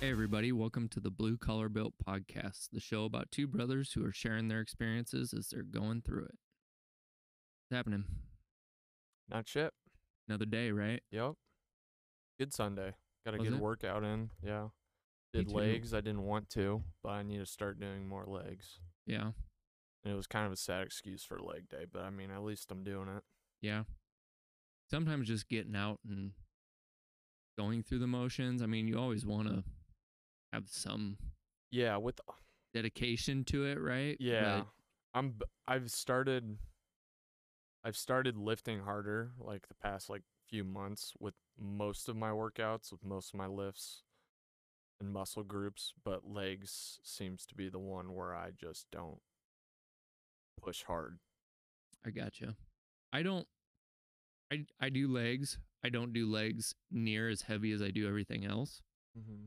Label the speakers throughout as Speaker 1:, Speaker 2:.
Speaker 1: Hey, everybody, welcome to the Blue Collar Built podcast, the show about two brothers who are sharing their experiences as they're going through it. It's happening.
Speaker 2: Not shit.
Speaker 1: Another day, right?
Speaker 2: Yep. Good Sunday. Got a
Speaker 1: Was
Speaker 2: good
Speaker 1: it?
Speaker 2: workout in. Yeah.
Speaker 1: Me
Speaker 2: Did
Speaker 1: too.
Speaker 2: legs. I didn't want to, but I need to start doing more legs.
Speaker 1: Yeah.
Speaker 2: And it was kind of a sad excuse for leg day, but I mean, at least I'm doing it.
Speaker 1: Yeah. Sometimes just getting out and going through the motions. I mean, you always want to have some
Speaker 2: Yeah. With
Speaker 1: dedication to it, right?
Speaker 2: yeah, I'm. b- I've started. I've started lifting harder like the past like few months with most of my workouts, with most of my lifts and muscle groups, but legs seems to be the one where I just don't push hard.
Speaker 1: But I gotcha. I don't. I, I do legs. I don't do legs near as heavy as I do everything else.
Speaker 2: Mm-hmm.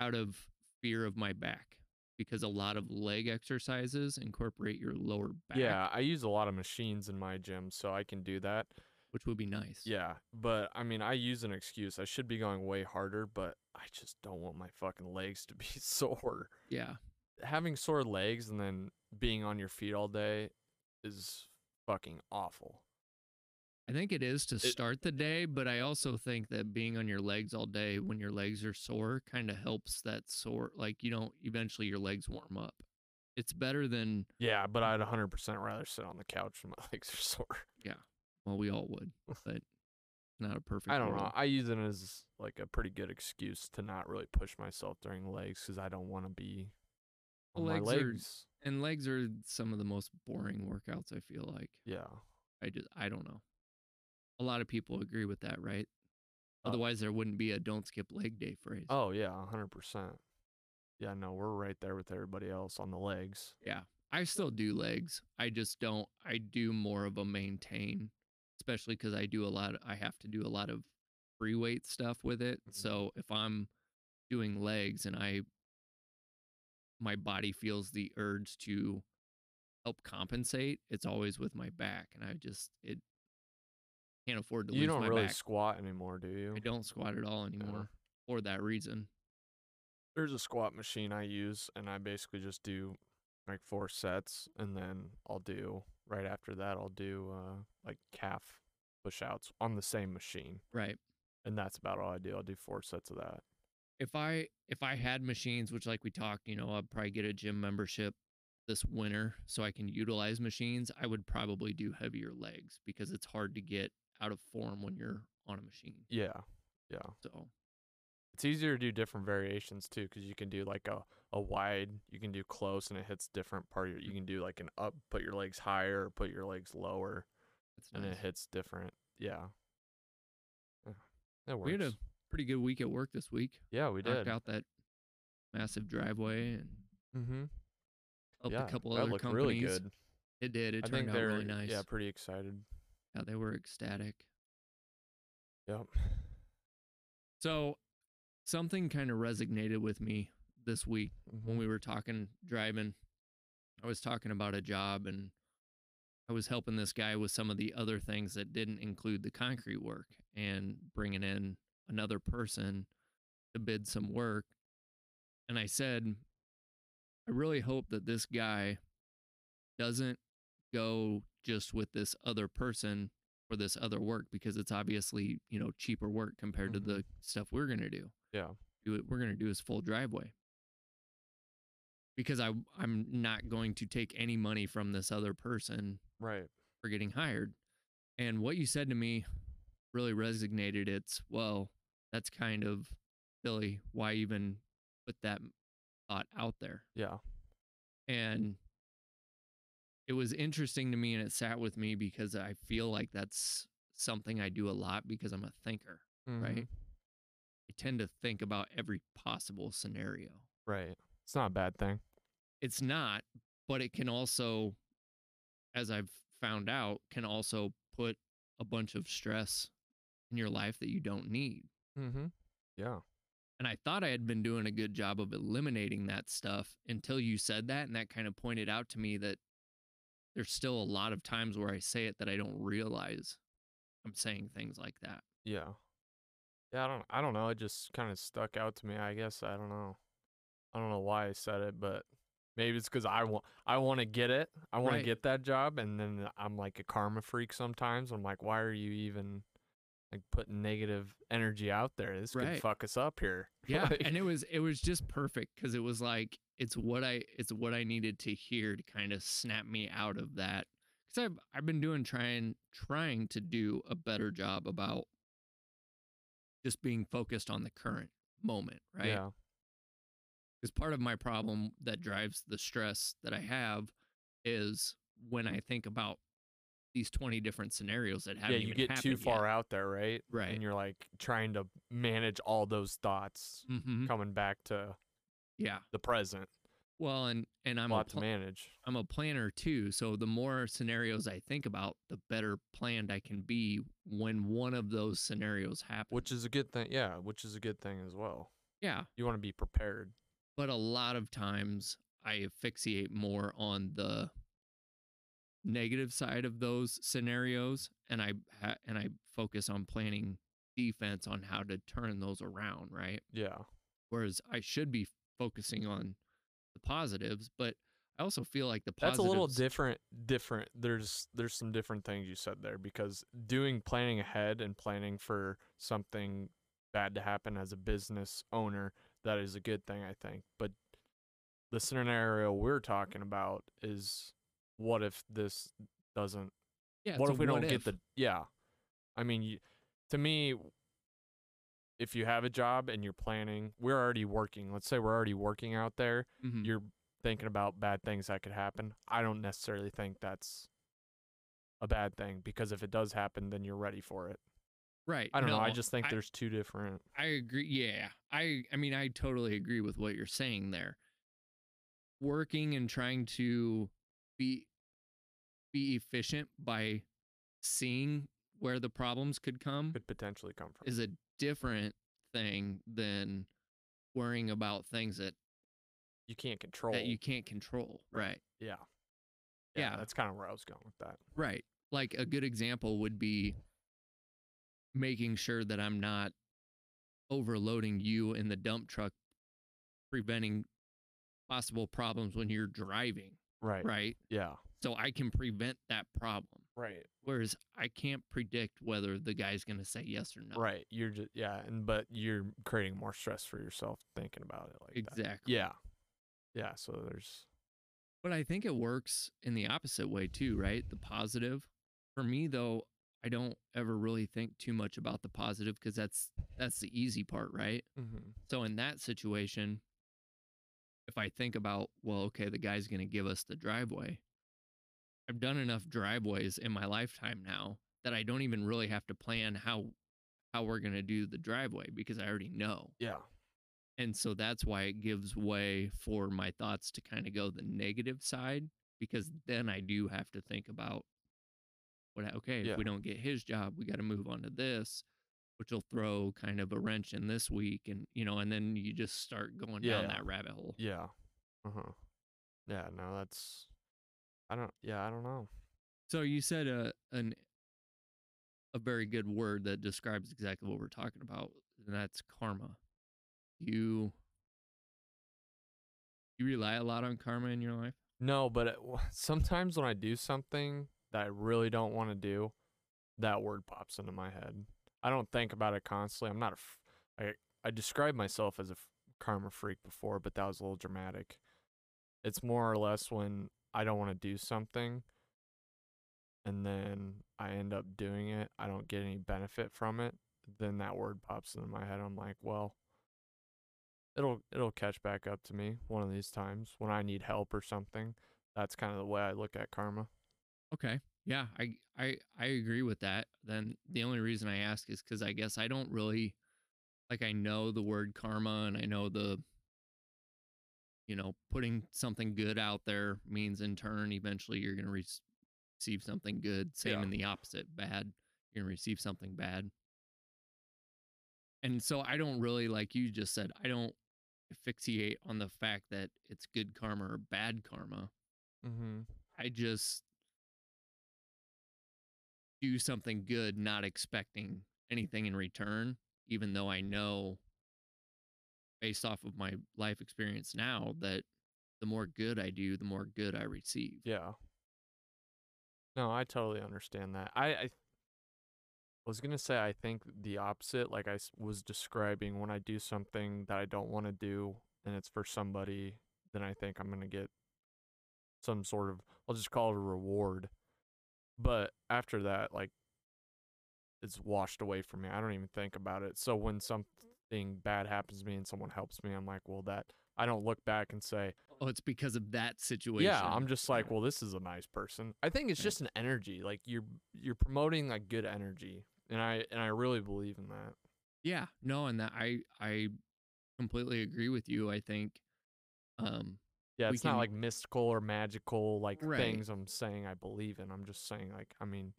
Speaker 1: out of fear of my back because a lot of leg exercises incorporate your lower back,
Speaker 2: Yeah, I use a lot of machines in my gym, so I can do that.
Speaker 1: which would be nice.
Speaker 2: Yeah, but I mean, I use an excuse. I should be going way harder, but I just don't want my fucking legs to be sore.
Speaker 1: Yeah.
Speaker 2: Having sore legs and then being on your feet all day is fucking awful.
Speaker 1: I think it is to start the day, but I also think that being on your legs all day when your legs are sore kind of helps that sore. Like, you don't eventually your legs warm up. It's better than,
Speaker 2: Yeah, but I'd 100% rather sit on the couch when my legs are sore.
Speaker 1: well, we all would, but not a perfect.
Speaker 2: I don't know.
Speaker 1: world.
Speaker 2: I use it as like a pretty good excuse to not really push myself during legs because I don't want to be on my
Speaker 1: Legs are-
Speaker 2: legs.
Speaker 1: And legs are some of the most boring workouts, I feel like.
Speaker 2: Yeah.
Speaker 1: I just I don't know. A lot of people agree with that, right?
Speaker 2: Uh,
Speaker 1: Otherwise, there wouldn't be a "don't skip leg day" phrase.
Speaker 2: Oh yeah, a hundred percent. Yeah, no, we're right there with everybody else on the legs.
Speaker 1: yeah, I still do legs. I just don't. I do more of a maintain, especially because I do a lot. I have to do a lot of free weight stuff with it.
Speaker 2: Mhm.
Speaker 1: So if I'm doing legs and I, my body feels the urge to help compensate, it's always with my back, and I just it can't afford to
Speaker 2: You
Speaker 1: lose
Speaker 2: don't
Speaker 1: my
Speaker 2: really
Speaker 1: back.
Speaker 2: squat anymore, do you?
Speaker 1: I don't squat at
Speaker 2: Uh-huh.
Speaker 1: all anymore for that reason.
Speaker 2: There's a squat machine I use, and I basically just do like four sets, and then I'll do right after that. I'll do uh, like calf push outs on the same machine,
Speaker 1: Right.
Speaker 2: and that's about all I do. I'll do four sets of that.
Speaker 1: If I if I had machines, which like we talked, you know, I'd probably get a gym membership this winter so I can utilize machines, I would probably do heavier legs because it's hard to get out of form when you're on a machine.
Speaker 2: Yeah, yeah.
Speaker 1: So
Speaker 2: It's easier to do different variations too, because you can do like a, a wide, you can do close, and it hits different part. Of your, you can do like an up, put your legs higher, put your legs lower.
Speaker 1: that's
Speaker 2: and
Speaker 1: nice.
Speaker 2: it hits different. Yeah. Yeah, That works.
Speaker 1: We had a pretty good week at work this week.
Speaker 2: yeah, we
Speaker 1: Knocked
Speaker 2: did.
Speaker 1: out that massive driveway and
Speaker 2: Mm-hmm.
Speaker 1: helped
Speaker 2: yeah,
Speaker 1: a couple
Speaker 2: that
Speaker 1: other
Speaker 2: looked
Speaker 1: companies.
Speaker 2: really good.
Speaker 1: It did. It
Speaker 2: I
Speaker 1: turned
Speaker 2: think
Speaker 1: out
Speaker 2: they're
Speaker 1: really nice.
Speaker 2: yeah, pretty excited.
Speaker 1: yeah, they were ecstatic.
Speaker 2: Yep.
Speaker 1: So something kind of resonated with me this week when we were talking driving. I was talking about a job and I was helping this guy with some of the other things that didn't include the concrete work and bringing in another person to bid some work. And I said, I really hope that this guy doesn't go just with this other person for this other work because it's obviously, you know, cheaper work compared
Speaker 2: Mhm.
Speaker 1: to the stuff we're going to do
Speaker 2: Yeah.
Speaker 1: do it, we're going to do his full driveway because I I'm not going to take any money from this other person
Speaker 2: Mm-hmm. Right.
Speaker 1: for getting hired. And what you said to me really resonated. It's well, that's kind of silly. Why even put that thought out there?
Speaker 2: Yeah.
Speaker 1: and it was interesting to me and it sat with me because I feel like that's something I do a lot because I'm a thinker. Right.
Speaker 2: Mhm.
Speaker 1: I tend to think about every possible scenario.
Speaker 2: Right. It's not a bad thing.
Speaker 1: It's not, but it can also as I've found out can also put a bunch of stress in your life that you don't need.
Speaker 2: Mm-hmm. Yeah.
Speaker 1: And I thought I had been doing a good job of eliminating that stuff until you said that. And that kind of pointed out to me that there's still a lot of times where I say it that I don't realize I'm saying things like that.
Speaker 2: Yeah. Yeah, I don't I don't know. It just kind of stuck out to me. I guess I don't know. I don't know why I said it, but maybe it's cuz I want I want to get it. I want
Speaker 1: Right.
Speaker 2: to get that job and then I'm like a karma freak sometimes. I'm like, "Why are you even like putting negative energy out there? This
Speaker 1: Right.
Speaker 2: could fuck us up here."
Speaker 1: Yeah,
Speaker 2: Like,
Speaker 1: and it was it was just perfect because it was like it's what I it's what I needed to hear to kind of snap me out of that because I've I've been doing trying trying to do a better job about just being focused on the current moment, right?
Speaker 2: Yeah.
Speaker 1: Because part of my problem that drives the stress that I have is when I think about these twenty different scenarios that haven't
Speaker 2: yeah, you
Speaker 1: even
Speaker 2: get too
Speaker 1: happened
Speaker 2: far out there, right?
Speaker 1: Right.
Speaker 2: And you're like trying to manage all those thoughts
Speaker 1: Yet. hmm
Speaker 2: coming back to
Speaker 1: Yeah.
Speaker 2: the present.
Speaker 1: Well, and and I'm a
Speaker 2: a lot
Speaker 1: pl-
Speaker 2: to manage.
Speaker 1: I'm a planner too, so the more scenarios I think about, the better planned I can be when one of those scenarios happens.
Speaker 2: Which is a good thing. Yeah, which is a good thing as well.
Speaker 1: yeah,
Speaker 2: You want to be prepared.
Speaker 1: but a lot of times I asphyxiate more on the negative side of those scenarios, and I ha- and I focus on planning defense on how to turn those around, right?
Speaker 2: Yeah.
Speaker 1: Whereas I should be focusing on the positives, but I also feel like the
Speaker 2: That's
Speaker 1: positives
Speaker 2: a little different different. There's there's some different things you said there because doing planning ahead and planning for something bad to happen as a business owner, that is a good thing, I think. But the scenario we're talking about is what if this doesn't
Speaker 1: Yeah,
Speaker 2: what
Speaker 1: it's
Speaker 2: if
Speaker 1: a
Speaker 2: we don't
Speaker 1: what
Speaker 2: get
Speaker 1: if.
Speaker 2: the yeah i mean you, to me if you have a job and you're planning we're already working let's say we're already working out there
Speaker 1: Mhm.
Speaker 2: you're thinking about bad things that could happen i don't necessarily think that's a bad thing because if it does happen then you're ready for it
Speaker 1: right?
Speaker 2: i don't know i
Speaker 1: no,
Speaker 2: just think
Speaker 1: I-
Speaker 2: there's two different
Speaker 1: I agree. Yeah. I I mean I totally agree with what you're saying there. Working and trying to be be efficient by seeing where the problems could come
Speaker 2: could potentially come from
Speaker 1: Mm-hmm. is a different thing than worrying about things that
Speaker 2: you can't control
Speaker 1: that you can't control, right?
Speaker 2: yeah
Speaker 1: Yeah.
Speaker 2: that's kind of where i was going with that
Speaker 1: Right. Like a good example would be making sure that I'm not overloading you in the dump truck, preventing possible problems when you're driving,
Speaker 2: right
Speaker 1: right?
Speaker 2: yeah
Speaker 1: So I can prevent that problem.
Speaker 2: right
Speaker 1: Whereas I can't predict whether the guy's going to say yes or no.
Speaker 2: right you're just yeah and but you're creating more stress for yourself thinking about it like that.
Speaker 1: Exactly.
Speaker 2: Yeah. Yeah. So there's
Speaker 1: But I think it works in the opposite way too, right? The positive. For me though, I don't ever really think too much about the positive because that's that's the easy part, right? So in that situation, if I think about, well, okay, the guy's going to give us the driveway. I've done enough driveways in my lifetime now that I don't even really have to plan how how we're going to do the driveway because I already know.
Speaker 2: yeah.
Speaker 1: And so that's why it gives way for my thoughts to kind of go the negative side because then I do have to think about what I- okay,
Speaker 2: Yeah.
Speaker 1: if we don't get his job, we got to move on to this, which will throw kind of a wrench in this week and you know, and then you just start going down
Speaker 2: Yeah.
Speaker 1: that rabbit hole.
Speaker 2: Yeah. Uh huh. Yeah. No, that's. I don't. Yeah. I don't know.
Speaker 1: So you said a an a very good word that describes exactly what we're talking about, and that's karma. You you rely a lot on karma in your life?
Speaker 2: No, but it, sometimes when I do something that I really don't want to do, that word pops into my head. I don't think about it constantly. I'm not a. F- I I described myself as a f- karma freak before, but that was a little dramatic. It's more or less when I don't want to do something, and then I end up doing it. I don't get any benefit from it. Then that word pops into my head. I'm like, well, it'll it'll catch back up to me one of these times when I need help or something. That's kind of the way I look at karma.
Speaker 1: Okay. Yeah, I I I agree with that. Then the only reason I ask is cuz I guess I don't really like I know the word karma and I know the you know, putting something good out there means in turn eventually you're going to re- receive something good. Same
Speaker 2: Yeah.
Speaker 1: in the opposite, bad, you're going to receive something bad. And so I don't really like you just said, I don't asphyxiate on the fact that it's good karma or bad karma.
Speaker 2: Mm-hmm.
Speaker 1: I just do something good, not expecting anything in return. even though I know based off of my life experience now that the more good I do, the more good I receive.
Speaker 2: Yeah. No, I totally understand that. I, I was going to say, I think the opposite, like I s- was describing, when I do something that I don't want to do and it's for somebody, then I think I'm going to get some sort of, I'll just call it a reward. But after that, like, it's washed away from me. I don't even think about it. So when something bad happens to me and someone helps me, I'm like, well, that, I don't look back and say,
Speaker 1: Oh, it's because of that situation.
Speaker 2: yeah, I'm just like,
Speaker 1: Yeah.
Speaker 2: well, this is a nice person. I think it's
Speaker 1: Yeah.
Speaker 2: just an energy. Like you're you're promoting like good energy, and I and I really believe in that.
Speaker 1: Yeah, no, and that I I completely agree with you. I think um
Speaker 2: Yeah,
Speaker 1: We
Speaker 2: it's not
Speaker 1: can-
Speaker 2: like mystical or magical like
Speaker 1: Right.
Speaker 2: things I'm saying I believe in. I'm just saying like I mean,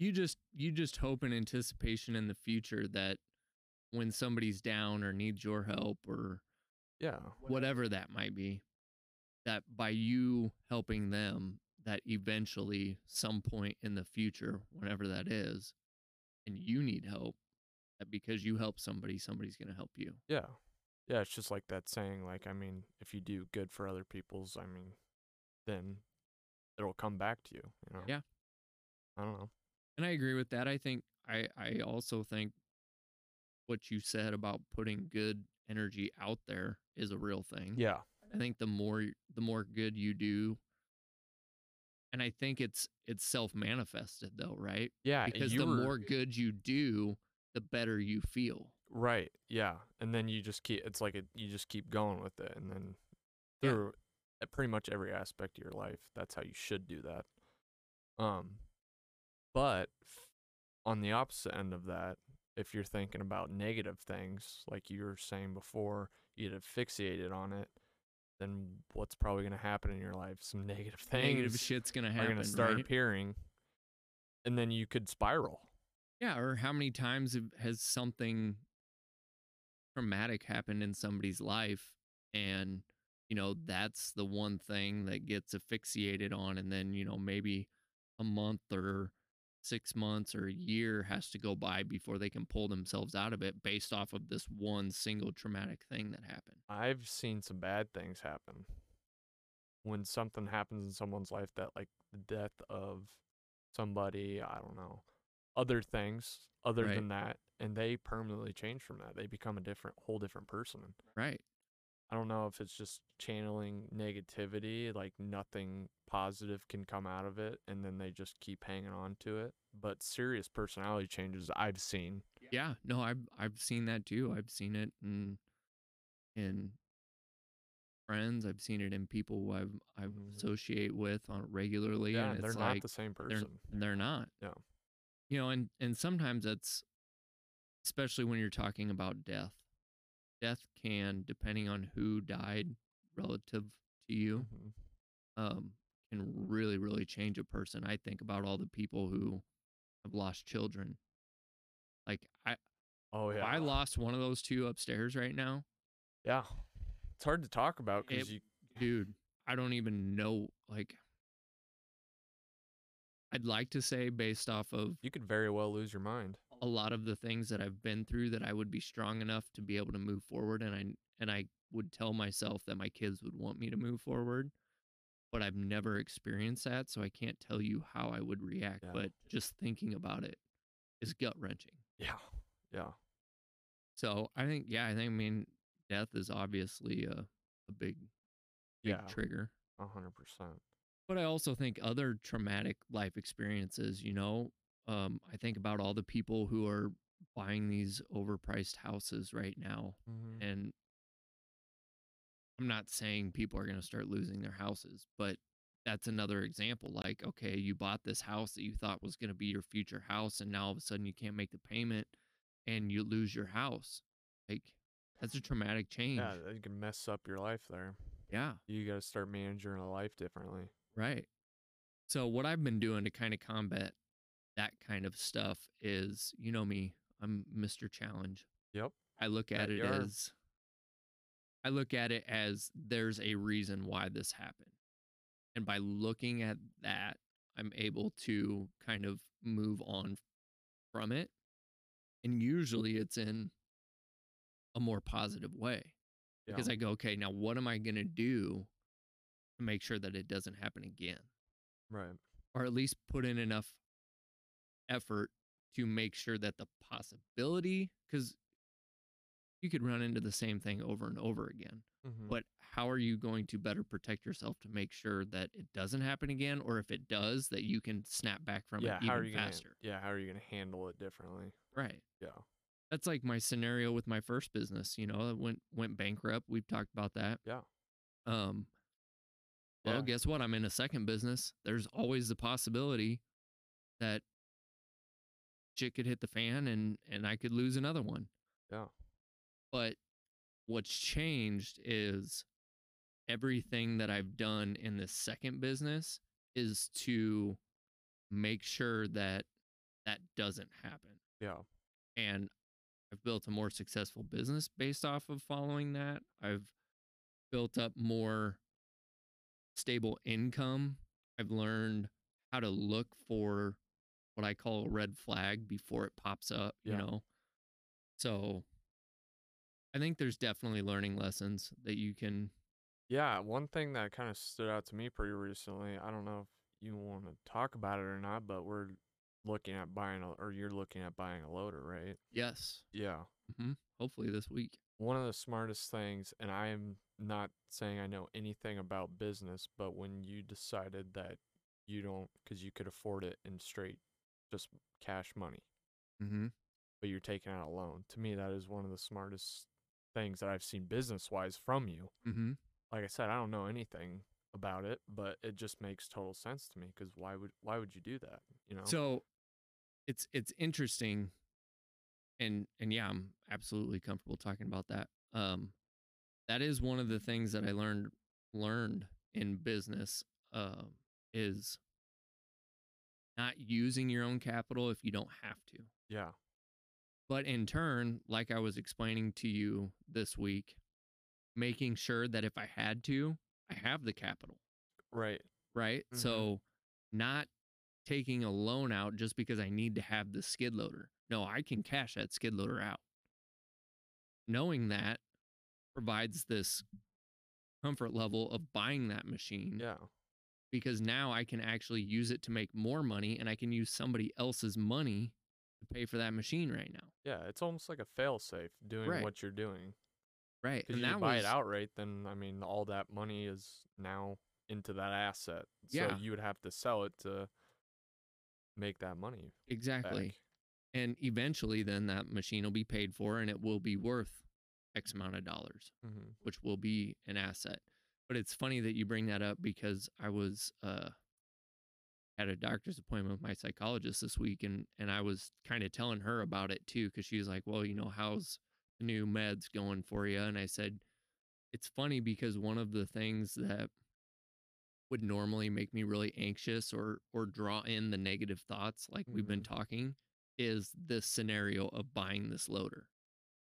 Speaker 1: you just you just hope in anticipation in the future that when somebody's down or needs your help or
Speaker 2: yeah,
Speaker 1: whatever that might be, that by you helping them, that eventually some point in the future, whenever that is, and you need help, that because you help somebody, somebody's gonna help you.
Speaker 2: yeah, yeah. It's just like that saying. Like I mean, if you do good for other people's, I mean, then it'll come back to you. You know.
Speaker 1: Yeah.
Speaker 2: I don't know.
Speaker 1: And I agree with that. I think I I also think what you said about putting good energy out there is a real thing.
Speaker 2: Yeah.
Speaker 1: I think the more y- the more good you do and I think it's it's self-manifested though, right?
Speaker 2: Yeah.
Speaker 1: Because
Speaker 2: you
Speaker 1: the
Speaker 2: were-
Speaker 1: more good you do, the better you feel.
Speaker 2: Right. Yeah. And then you just keep it's like it, you just keep going with it and then
Speaker 1: Yeah.
Speaker 2: through at pretty much every aspect of your life, that's how you should do that. Um but on the opposite end of that, if you're thinking about negative things like you were saying before, you get asphyxiated on it, then what's probably going to happen in your life? Some negative things
Speaker 1: Negative shit's gonna
Speaker 2: are
Speaker 1: happen.
Speaker 2: going to start
Speaker 1: right?
Speaker 2: appearing and then you could spiral.
Speaker 1: Yeah, or how many times have- has something traumatic happened in somebody's life and you know that's the one thing that gets asphyxiated on and then you know maybe a month or 6 months or a year has to go by before they can pull themselves out of it based off of this one single traumatic thing that happened.
Speaker 2: I've seen some bad things happen. When something happens in someone's life that like the death of somebody, I don't know, other things other
Speaker 1: Right.
Speaker 2: than that, and they permanently change from that. They become a different whole different person.
Speaker 1: Right.
Speaker 2: I don't know if it's just channeling negativity, like nothing positive can come out of it, and then they just keep hanging on to it. But serious personality changes I've seen.
Speaker 1: Yeah, no, I've I've seen that too. I've seen it in in friends. I've seen it in people who I've I
Speaker 2: Mhm.
Speaker 1: associate with on regularly,
Speaker 2: Yeah,
Speaker 1: and
Speaker 2: they're
Speaker 1: it's
Speaker 2: not
Speaker 1: like
Speaker 2: the same
Speaker 1: they're
Speaker 2: person.
Speaker 1: they're not.
Speaker 2: Yeah.
Speaker 1: you know, and and sometimes that's especially when you're talking about death. Death can, depending on who died relative to you,
Speaker 2: Mhm.
Speaker 1: um, can really, really change a person. I think about all the people who have lost children. Like I,
Speaker 2: Oh
Speaker 1: if
Speaker 2: yeah.
Speaker 1: I lost one of those two upstairs right now,
Speaker 2: Yeah. It's hard to talk about
Speaker 1: It-
Speaker 2: because you.
Speaker 1: dude, I don't even know. Like, I'd like to say, based off of
Speaker 2: you could very well lose your mind.
Speaker 1: a lot of the things that I've been through, that I would be strong enough to be able to move forward, and I and I would tell myself that my kids would want me to move forward, but I've never experienced that, so I can't tell you how I would react.
Speaker 2: Yeah.
Speaker 1: But just thinking about it is gut wrenching.
Speaker 2: Yeah. Yeah.
Speaker 1: So I think, yeah, I think, I mean, death is obviously a a big, big
Speaker 2: Yeah.
Speaker 1: trigger.
Speaker 2: A hundred percent.
Speaker 1: But I also think other traumatic life experiences, you know, um, I think about all the people who are buying these overpriced houses right now.
Speaker 2: Mhm.
Speaker 1: And I'm not saying people are going to start losing their houses, but that's another example. Like, okay, you bought this house that you thought was going to be your future house, and now all of a sudden you can't make the payment and you lose your house. Like, that's a traumatic change.
Speaker 2: Yeah, you can mess up your life there.
Speaker 1: yeah.
Speaker 2: You got to start managing your life differently.
Speaker 1: Right. So what I've been doing to kind of combat that kind of stuff is, you know me, I'm Mr. Challenge.
Speaker 2: Yep.
Speaker 1: I look at
Speaker 2: That
Speaker 1: it
Speaker 2: you are.
Speaker 1: as I look at it as there's a reason why this happened. And by looking at that, I'm able to kind of move on from it
Speaker 2: Mm-hmm.
Speaker 1: and usually it's in a more positive way
Speaker 2: Yeah.
Speaker 1: because I go, okay, now what am I going to do to make sure that it doesn't happen again?
Speaker 2: right.
Speaker 1: Or at least put in enough effort to make sure that the possibility, because you could run into the same thing over and over again.
Speaker 2: Mhm.
Speaker 1: But how are you going to better protect yourself to make sure that it doesn't happen again? Or if it does, that you can snap back from
Speaker 2: yeah,
Speaker 1: it
Speaker 2: how
Speaker 1: even
Speaker 2: are you
Speaker 1: faster?
Speaker 2: Gonna, yeah, how are you going to handle it differently?
Speaker 1: Right.
Speaker 2: Yeah.
Speaker 1: That's like my scenario with my first business, you know, that went went bankrupt. We've talked about that.
Speaker 2: Yeah.
Speaker 1: Um well,
Speaker 2: Yeah.
Speaker 1: guess what? I'm in a second business. There's always the possibility that shit could hit the fan and and I could lose another one.
Speaker 2: Yeah.
Speaker 1: But what's changed is everything that I've done in this second business is to make sure that that doesn't happen
Speaker 2: Yeah.
Speaker 1: and I've built a more successful business based off of following that. I've built up more stable income. I've learned how to look for what I call a red flag before it pops up, you
Speaker 2: Yeah.
Speaker 1: know. So I think there's definitely learning lessons that you can
Speaker 2: Yeah, one thing that kind of stood out to me pretty recently, I don't know if you want to talk about it or not, but we're looking at buying a, or you're looking at buying a loader, right?
Speaker 1: yes,
Speaker 2: Yeah.
Speaker 1: hopefully this week.
Speaker 2: One of the smartest things, and I am not saying I know anything about business, but when you decided that you don't, because you could afford it in straight just cash money,
Speaker 1: Mm-hmm.
Speaker 2: but you're taking out a loan, to me, that is one of the smartest things that I've seen business wise from you.
Speaker 1: Mm-hmm.
Speaker 2: like I said, I don't know anything about it, but it just makes total sense to me because why would why would you do that? You know.
Speaker 1: So it's it's interesting and and yeah, I'm absolutely comfortable talking about that. Um that is one of the things that I learned learned in business um is not using your own capital if you don't have to.
Speaker 2: yeah,
Speaker 1: But in turn, like I was explaining to you this week, making sure that if I had to, I have the capital
Speaker 2: right.
Speaker 1: right?
Speaker 2: Mhm.
Speaker 1: So not taking a loan out just because I need to have the skid loader. No, I can cash that skid loader out. Knowing that provides this comfort level of buying that machine
Speaker 2: Yeah,
Speaker 1: because now I can actually use it to make more money and I can use somebody else's money to pay for that machine right now.
Speaker 2: yeah. It's almost like a fail safe doing
Speaker 1: Right.
Speaker 2: what you're doing.
Speaker 1: Right.
Speaker 2: Because you buy it outright, then I mean, all that money is now into that asset.
Speaker 1: Yeah.
Speaker 2: So you would have to sell it to make that money.
Speaker 1: exactly.
Speaker 2: Back.
Speaker 1: And eventually then that machine will be paid for and it will be worth X amount of dollars.
Speaker 2: hmm
Speaker 1: which will be an asset. But it's funny that you bring that up because I was uh had a doctor's appointment with my psychologist this week and and I was kind of telling her about it too cuz she was like, "Well, you know, how's the new meds going for you?" And I said, "It's funny because one of the things that would normally make me really anxious or or draw in the negative thoughts like we've been
Speaker 2: Mhm.
Speaker 1: talking is this scenario of buying this loader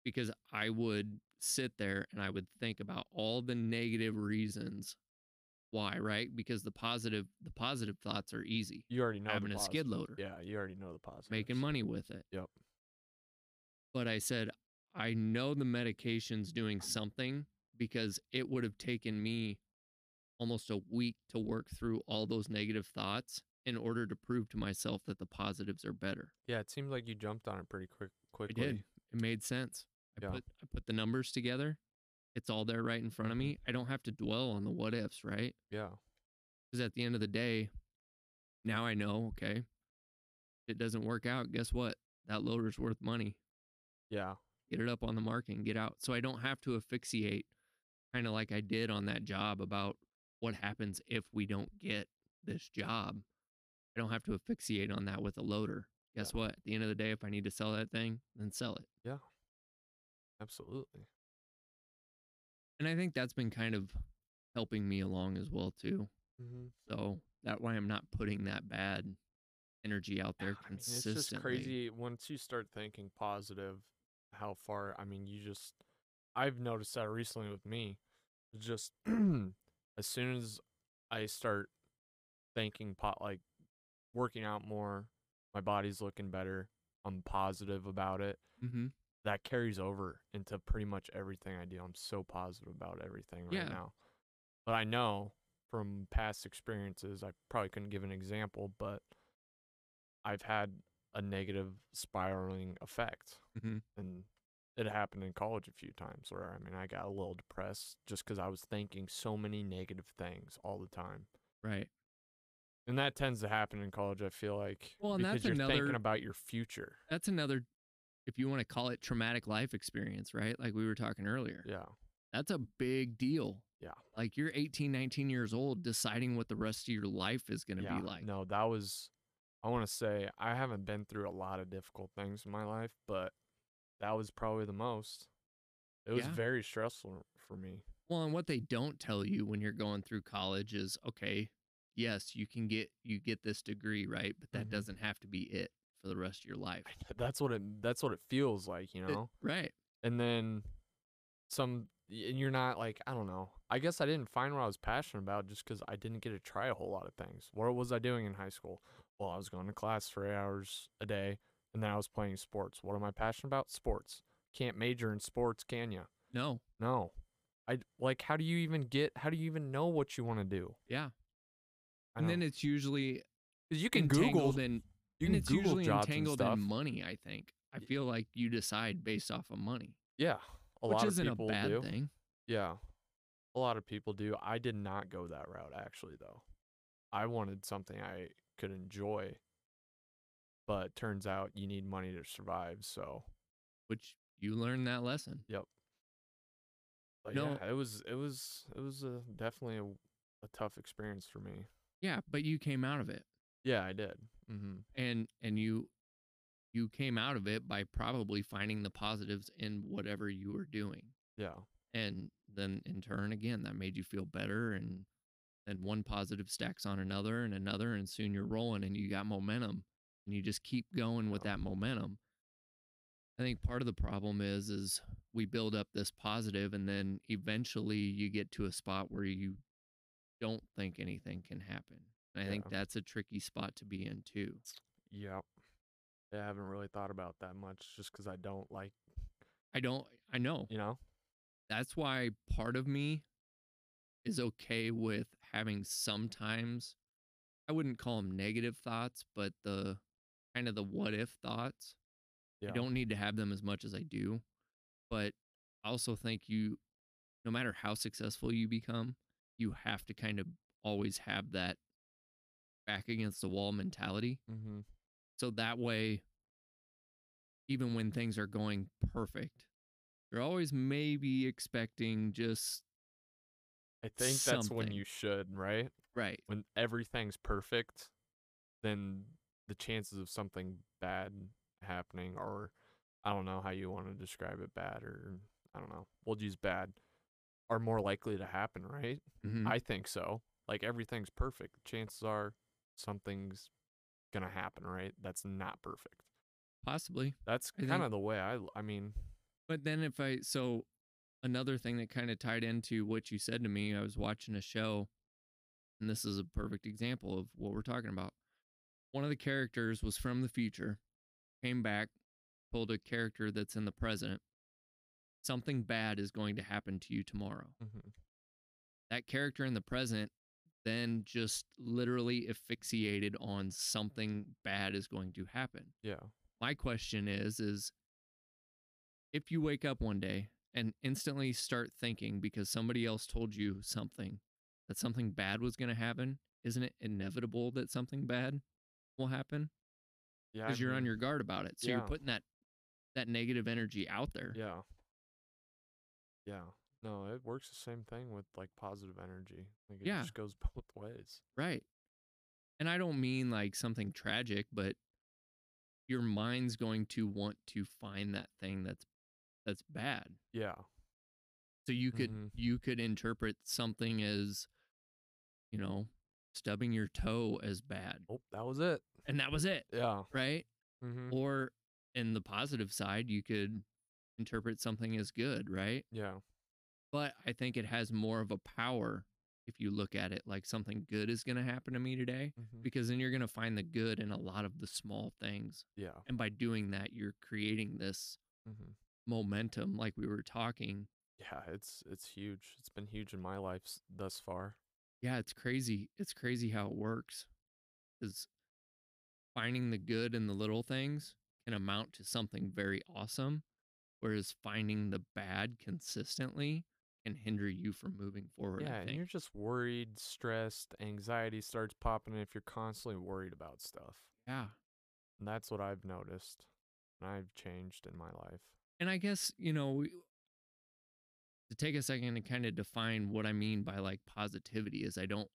Speaker 1: because I would sit there and I would think about all the negative reasons why, right? Because the positive the positive thoughts are easy.
Speaker 2: You already know the
Speaker 1: Having a skid
Speaker 2: positives.
Speaker 1: loader.
Speaker 2: Yeah, you already know the positives.
Speaker 1: Making money with it.
Speaker 2: Yep.
Speaker 1: But I said I know the medication's doing something because it would have taken me almost a week to work through all those negative thoughts in order to prove to myself that the positives are better.
Speaker 2: Yeah, it seems like you jumped on it pretty quick.
Speaker 1: I
Speaker 2: Quickly.
Speaker 1: did. It made sense. I
Speaker 2: Yeah.
Speaker 1: put I put the numbers together. It's all there right in front of
Speaker 2: Mhm.
Speaker 1: me. I don't have to dwell on the what ifs, right?
Speaker 2: Yeah.
Speaker 1: Because at the end of the day, now I know, okay, if it doesn't work out, guess what? That loader's worth money.
Speaker 2: Yeah.
Speaker 1: Get it up on the market and get out. So I don't have to asphyxiate kind of like I did on that job about what happens if we don't get this job. I don't have to asphyxiate on that with a loader. Guess what? At the end of the day, if I need to sell that thing, then sell it.
Speaker 2: Absolutely.
Speaker 1: and I think that's been kind of helping me along as well too.
Speaker 2: Mm-hmm.
Speaker 1: So that way I'm not putting that bad energy out there
Speaker 2: I mean,
Speaker 1: consistently.
Speaker 2: Ah, It's just crazy once you start thinking positive, how far, I mean, you just, I've noticed that recently with me. Just as soon as I start thinking, pot, like working out more, my body's looking better, I'm positive about it.
Speaker 1: Mm-hmm.
Speaker 2: That carries over into pretty much everything I do. I'm so positive about everything right
Speaker 1: Yeah.
Speaker 2: now. But I know from past experiences, I probably couldn't give an example, but I've had a negative spiraling effect.
Speaker 1: Mhm.
Speaker 2: And it happened in college a few times where I mean, I got a little depressed just because I was thinking so many negative things all the time.
Speaker 1: Right.
Speaker 2: And that tends to happen in college, I feel like.
Speaker 1: Well, and
Speaker 2: because
Speaker 1: that's
Speaker 2: you're
Speaker 1: another-
Speaker 2: thinking about your future.
Speaker 1: That's another, if you want to call it traumatic life experience, right? Like we were talking earlier.
Speaker 2: Yeah.
Speaker 1: That's a big deal.
Speaker 2: Yeah.
Speaker 1: Like you're 18, 19 years old deciding what the rest of your life is going to
Speaker 2: yeah.
Speaker 1: be like.
Speaker 2: No, that was I wanna say I haven't been through a lot of difficult things in my life, but that was probably the most. It was
Speaker 1: Yeah.
Speaker 2: very stressful for me.
Speaker 1: Well, and what they don't tell you when you're going through college is okay, yes, you can get you get this degree, right? But that
Speaker 2: Mhm.
Speaker 1: doesn't have to be it for the rest of your life.
Speaker 2: That's what it that's what it feels like, you
Speaker 1: It-
Speaker 2: know?
Speaker 1: right.
Speaker 2: and then some y- and you're not like i don't know i guess i didn't find what i was passionate about just because i didn't get to try a whole lot of things what was i doing in high school well i was going to class for eight hours a day and then i was playing sports what am i passionate about sports can't major in sports can you
Speaker 1: No.
Speaker 2: no i d- like how do you even get how do you even know what you want to do
Speaker 1: Yeah.
Speaker 2: I
Speaker 1: and
Speaker 2: don't-
Speaker 1: then it's usually
Speaker 2: 'cause you can
Speaker 1: entangled
Speaker 2: google
Speaker 1: in
Speaker 2: you
Speaker 1: and
Speaker 2: can
Speaker 1: it's
Speaker 2: google
Speaker 1: usually
Speaker 2: jobs
Speaker 1: entangled
Speaker 2: and stuff
Speaker 1: in money, I think. I
Speaker 2: Y-
Speaker 1: feel like you decide based off of money.
Speaker 2: yeah a
Speaker 1: which
Speaker 2: lot
Speaker 1: isn't
Speaker 2: of people
Speaker 1: a bad
Speaker 2: do
Speaker 1: thing.
Speaker 2: Yeah. A lot of people do. I did not go that route actually though. I wanted something I could enjoy. But turns out you need money to survive, so
Speaker 1: Which you learn that lesson.
Speaker 2: but
Speaker 1: No.
Speaker 2: yeah, it was it was it was a, definitely a, a tough experience for me.
Speaker 1: Yeah, but you came out of it.
Speaker 2: Yeah, I did. Mhm.
Speaker 1: and and you you came out of it by probably finding the positives in whatever you were doing
Speaker 2: Yeah.
Speaker 1: and then in turn again that made you feel better and then one positive stacks on another and another and soon you're rolling and you got momentum and you just keep going with
Speaker 2: Yeah.
Speaker 1: that momentum i think part of the problem is is we build up this positive and then eventually you get to a spot where you don't think anything can happen and i think
Speaker 2: Yeah.
Speaker 1: that's a tricky spot to be in too
Speaker 2: Yep. Yeah, I haven't really thought about that much just cuz I don't like,
Speaker 1: I don't I know.
Speaker 2: you know.
Speaker 1: That's why part of me is okay with having sometimes I wouldn't call them negative thoughts, but the kind of the what if thoughts.
Speaker 2: Yeah.
Speaker 1: I don't need to have them as much as I do, but I also think you no matter how successful you become, you have to kind of always have that back against the wall mentality.
Speaker 2: Mhm.
Speaker 1: So that way, even when things are going perfect, you're always maybe expecting just
Speaker 2: I think that's when
Speaker 1: Something.
Speaker 2: you should, right?
Speaker 1: right.
Speaker 2: when everything's perfect, then the chances of something bad happening, or I don't know how you want to describe it, bad or I don't know, we'll use bad, are more likely to happen, right?
Speaker 1: Mm-hmm.
Speaker 2: I think so. Like everything's perfect. Chances are something's gonna happen, right? That's not perfect.
Speaker 1: Possibly.
Speaker 2: That's
Speaker 1: I think-
Speaker 2: kind of the way I. l- I mean,
Speaker 1: But then if I so another thing that kind of tied into what you said to me, I was watching a show and this is a perfect example of what we're talking about. One of the characters was from the future, came back, told a character that's in the present, something bad is going to happen to you tomorrow.
Speaker 2: mhm,
Speaker 1: that character in the present then just literally asphyxiated on something bad is going to happen.
Speaker 2: yeah,
Speaker 1: My question is is if you wake up one day and instantly start thinking because somebody else told you something that something bad was going to happen, isn't it inevitable that something bad will happen
Speaker 2: yeah.
Speaker 1: because
Speaker 2: I
Speaker 1: you're on
Speaker 2: mean,
Speaker 1: your guard about it. So you're
Speaker 2: yeah.
Speaker 1: putting that that negative energy out there.
Speaker 2: Yeah. Yeah. No, it works the same thing with like positive energy. Like it
Speaker 1: Yeah.
Speaker 2: just goes both ways.
Speaker 1: Right. And I don't mean like something tragic, but your mind's going to want to find that thing that's that's bad.
Speaker 2: Yeah.
Speaker 1: So you could
Speaker 2: Mhm.
Speaker 1: you could interpret something as you know, stubbing your toe as bad.
Speaker 2: Oh, that was it.
Speaker 1: And that was it,
Speaker 2: Yeah.
Speaker 1: right?
Speaker 2: Mm-hmm.
Speaker 1: Or in the positive side, you could interpret something as good, right?
Speaker 2: Yeah.
Speaker 1: But I think it has more of a power if you look at it like something good is going to happen to me today
Speaker 2: Mhm.
Speaker 1: because then you're going to find the good in a lot of the small things.
Speaker 2: Yeah.
Speaker 1: And by doing that, you're creating this
Speaker 2: hmm
Speaker 1: momentum like we were talking.
Speaker 2: Yeah. It's it's huge. It's been huge in my life s- thus far.
Speaker 1: Yeah, it's crazy. It's crazy how it works. Is finding the good in the little things can amount to something very awesome, whereas finding the bad consistently can hinder you from moving forward.
Speaker 2: Yeah,
Speaker 1: I
Speaker 2: and
Speaker 1: think.
Speaker 2: you're just worried, stressed, anxiety starts popping in if you're constantly worried about stuff.
Speaker 1: yeah.
Speaker 2: And that's what I've noticed. And I've changed in my life.
Speaker 1: and I guess you know we, to take a second to kind of define what I mean by like positivity is I don't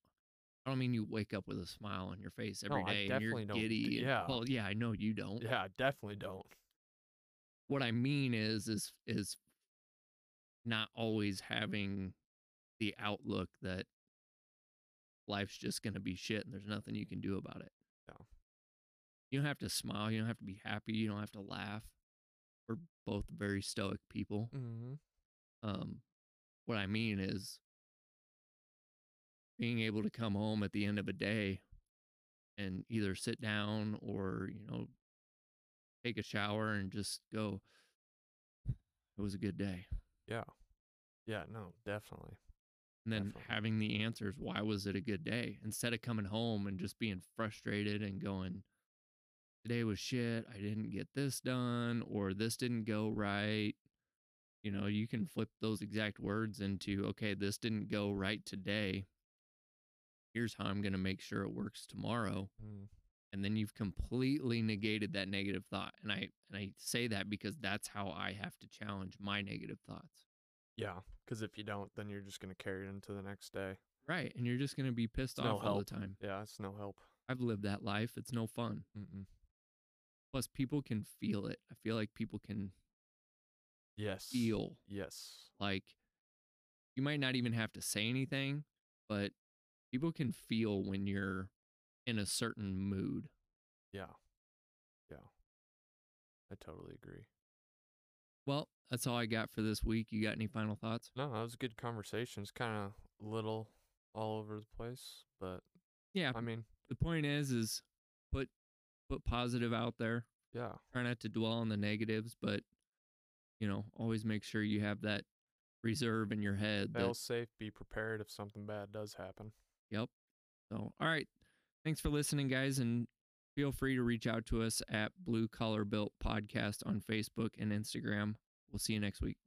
Speaker 1: I don't mean you wake up with a smile on your face every
Speaker 2: No, I
Speaker 1: day
Speaker 2: definitely
Speaker 1: and
Speaker 2: don't
Speaker 1: you're giddy.
Speaker 2: d-
Speaker 1: and-
Speaker 2: yeah.
Speaker 1: well, yeah, I know you don't.
Speaker 2: Yeah, I definitely don't.
Speaker 1: What I mean is is is not always having the outlook that life's just going to be shit and there's nothing you can do about it.
Speaker 2: No.
Speaker 1: You don't have to smile, you don't have to be happy, you don't have to laugh. We're both very stoic people.
Speaker 2: Mm-hmm.
Speaker 1: Um, what I mean is being able to come home at the end of a day and either sit down or, you know, take a shower and just go, it was a good day.
Speaker 2: Yeah. Yeah, no, definitely.
Speaker 1: And then
Speaker 2: Definitely.
Speaker 1: having the answers, why was it a good day? Instead of coming home and just being frustrated and going, today was shit. I didn't get this done or this didn't go right. You know, you can flip those exact words into, okay, this didn't go right today. Here's how I'm going to make sure it works tomorrow.
Speaker 2: Mm.
Speaker 1: And then you've completely negated that negative thought. And I and I say that because that's how I have to challenge my negative thoughts.
Speaker 2: Yeah, because if you don't, then you're just going to carry it into the next day.
Speaker 1: Right. And you're just going to be pissed
Speaker 2: It's no
Speaker 1: off all the
Speaker 2: help.
Speaker 1: time.
Speaker 2: Yeah, it's no help.
Speaker 1: I've lived that life. It's no fun.
Speaker 2: Mm-mm.
Speaker 1: Plus, people can feel it. I feel like people can
Speaker 2: Yes.
Speaker 1: feel
Speaker 2: Yes.
Speaker 1: like you might not even have to say anything, but people can feel when you're in a certain mood.
Speaker 2: Yeah. Yeah. I totally agree.
Speaker 1: Well, that's all I got for this week. You got any final thoughts?
Speaker 2: No, that was a good conversation. It's kind of little all over the place, but
Speaker 1: Yeah.
Speaker 2: I mean,
Speaker 1: The point is, is put put positive out there.
Speaker 2: yeah,
Speaker 1: Try not to dwell on the negatives, but you know, always make sure you have that reserve in your head.
Speaker 2: fail
Speaker 1: that-
Speaker 2: safe, be prepared if something bad does happen.
Speaker 1: Yep. So, all right. Thanks for listening, guys, and feel free to reach out to us at Blue Collar Built Podcast on Facebook and Instagram. We'll see you next week.